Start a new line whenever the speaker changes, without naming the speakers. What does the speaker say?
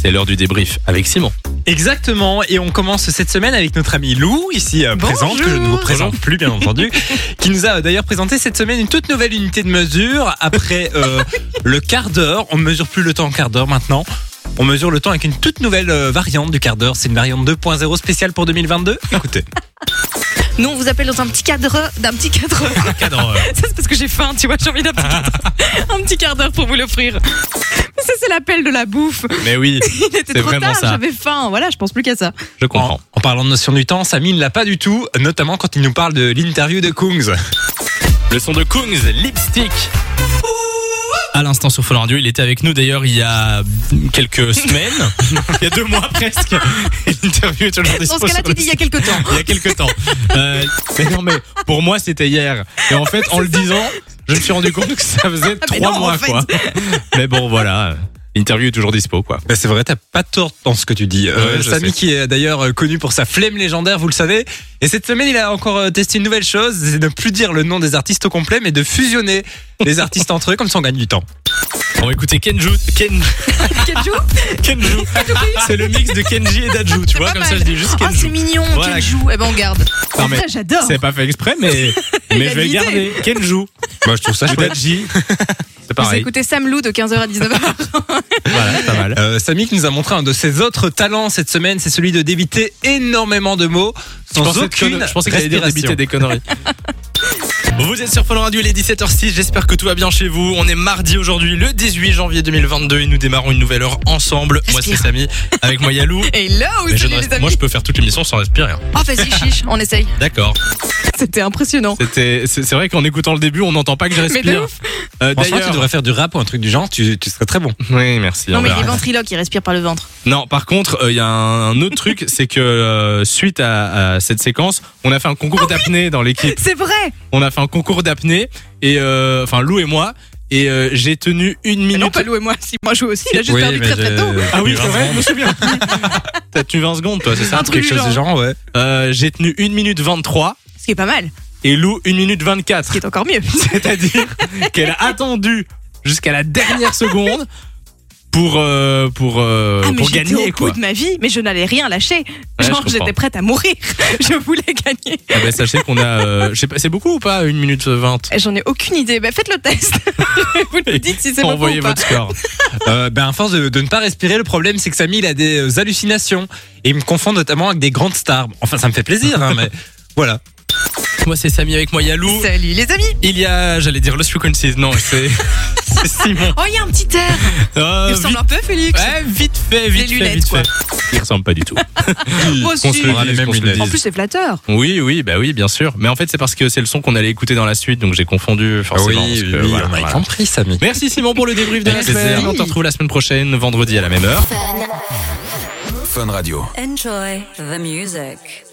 C'est l'heure du débrief avec Simon.
Exactement, et on commence cette semaine avec notre ami Lou, ici euh, présente, que je ne vous présente plus bien entendu, qui nous a d'ailleurs présenté cette semaine une toute nouvelle unité de mesure. Après euh, le quart d'heure, on ne mesure plus le temps en quart d'heure maintenant, on mesure le temps avec une toute nouvelle euh, variante du quart d'heure. C'est une variante 2.0 spéciale pour 2022. Écoutez,
Nous, on vous appelle dans un petit cadre. D'un petit cadre.
quart d'heure.
Ça, c'est parce que j'ai faim, tu vois, j'ai envie d'un petit cadre. Un petit quart d'heure pour vous l'offrir. Mais ça, c'est l'appel de la bouffe.
Mais oui,
Il était
C'est
trop
vraiment
tard,
ça.
j'avais faim. Voilà, je pense plus qu'à ça.
je comprends.
En, en parlant de notion du temps, Samy ne l'a pas du tout, notamment quand il nous parle de l'interview de Kungs.
Le son de Kungs, Lipstick. À l'instant sur Fall Radio, il était avec nous d'ailleurs il y a quelques semaines, il y a deux mois presque. Et L'interview est toujours
Dans
dispo
ce cas-là,
sur
tu
le
dis il y a quelques temps.
il y a quelques temps. Euh, mais non, mais pour moi, c'était hier. Et en fait, en le disant, je me suis rendu compte que ça faisait
mais
trois
non, en
mois,
fait.
quoi. Mais bon, voilà. L'interview est toujours dispo, quoi.
Bah, c'est vrai, t'as pas tort dans ce que tu dis. Euh,
Ouais, je
Samy
sais.
qui est d'ailleurs euh, connu pour sa flemme légendaire, vous le savez. Et cette semaine, il a encore euh, testé une nouvelle chose, c'est de ne plus dire le nom des artistes au complet, mais de fusionner les artistes entre eux, comme ça on gagne du temps.
On va écouter Kenju. Ken,
Kenju
Kenju. C'est le mix de Kenji et d'Adju, tu vois.
pas
Comme
mal.
ça, je dis juste
Oh, c'est
Kenju.
mignon,
Voilà.
Kenju. Eh ben, on garde.
Non,
En
mais
vrai, j'adore.
C'est pas fait exprès, mais,
Il
mais
a
je vais le
l'idée.
garder. Kenju.
Moi, je trouve ça
Ou Dadji. C'est
Vous
pareil.
écoutez Sam Lou de 15h à 19h.
Voilà, c'est pas mal.
Euh, Samy qui nous a montré un de ses autres talents cette semaine, c'est celui de débiter énormément de mots
Je
sans
pensais,
aucune
que, je pensais que t'allais dire débiter
respiration.
des conneries. Vous êtes sur Follow Radio, il est 17h06, j'espère que tout va bien chez vous. On est mardi aujourd'hui, le 18 janvier 2022, et nous démarrons une nouvelle heure ensemble. Moi c'est Sami, avec moi Yalou.
Hello,
Mais je
salut
ne
les
reste- moi
amis.
je peux faire toute l'émission sans respirer. hein.
Oh, vas-y, chiche, on essaye.
D'accord.
C'était impressionnant.
C'était, c'est, c'est vrai qu'en écoutant le début, on n'entend pas que je
Mais
respire.
de ouf.
Euh,
Franchement, tu
d'ailleurs-
devrais faire du rap ou un truc du genre, tu, tu serais très bon.
Oui, merci.
Non,
on
mais il
verra.
est ventriloque, il respire par le ventre.
Non, par contre, euh, il y a un, un autre truc, c'est que euh, suite à, à cette séquence, on a fait un concours d'apnée dans l'équipe.
C'est vrai
On a fait un concours d'apnée et euh, enfin Lou et moi et euh, j'ai tenu une
Mais
minute.
Non, pas Lou et moi. Si, moi, je joue aussi. Il a juste perdu très très tôt.
ah oui, c'est vrai, je me souviens. T'as tenu 20 secondes, toi, c'est ça
Un truc
Quelque
du
chose du genre, ouais.
Euh, J'ai tenu 1 minute 23
Ce qui est pas mal,
et Lou 1 minute
ce
24.
qui est encore mieux.
C'est-à-dire qu'elle a attendu jusqu'à la dernière seconde pour euh, pour euh,
Ah, mais
pour
j'étais
gagner
au bout
quoi.
de ma vie, mais je n'allais rien lâcher.
je
Genre,
comprends.
j'étais prête à mourir. je voulais gagner.
Ah bah, sachez qu'on a euh, je sais pas, c'est beaucoup ou pas 1 minute 20
Eh, J'en ai aucune idée. Bah, faites le test. Vous nous dites si c'est hein. bon ou
Envoyez
pas.
votre score.
Euh, ben, à force de, de ne pas respirer, le problème, c'est que Samy, il a des euh, hallucinations. Et il me confond notamment avec des grandes stars. Enfin, ça me fait plaisir, hein, mais voilà.
Moi c'est Samy avec moi Yalou.
Salut les amis.
Il y a j'allais dire Lost Frequencies non, c'est c'est Simon.
Oh, il y a un petit air.
Euh,
Il
vite
ressemble un peu, Félix.
Ouais, vite fait, vite fait,
lunettes,
vite
quoi.
fait. Il ressemble pas du tout.
Moi
qu'on se
aussi.
le
aura les
dise,
mêmes
qu'on se le
lunettes.
En
dise.
plus, c'est flatteur.
Oui, oui, bah oui, bien sûr. Mais en fait, c'est parce que c'est le son qu'on allait écouter dans la suite, donc j'ai confondu forcément. parce que, voilà,
on a
voilà.
compris, Samy.
Merci Simon pour le débrief de la
Avec plaisir.
semaine. On te retrouve la semaine prochaine, vendredi à la même heure.
Enjoy the music.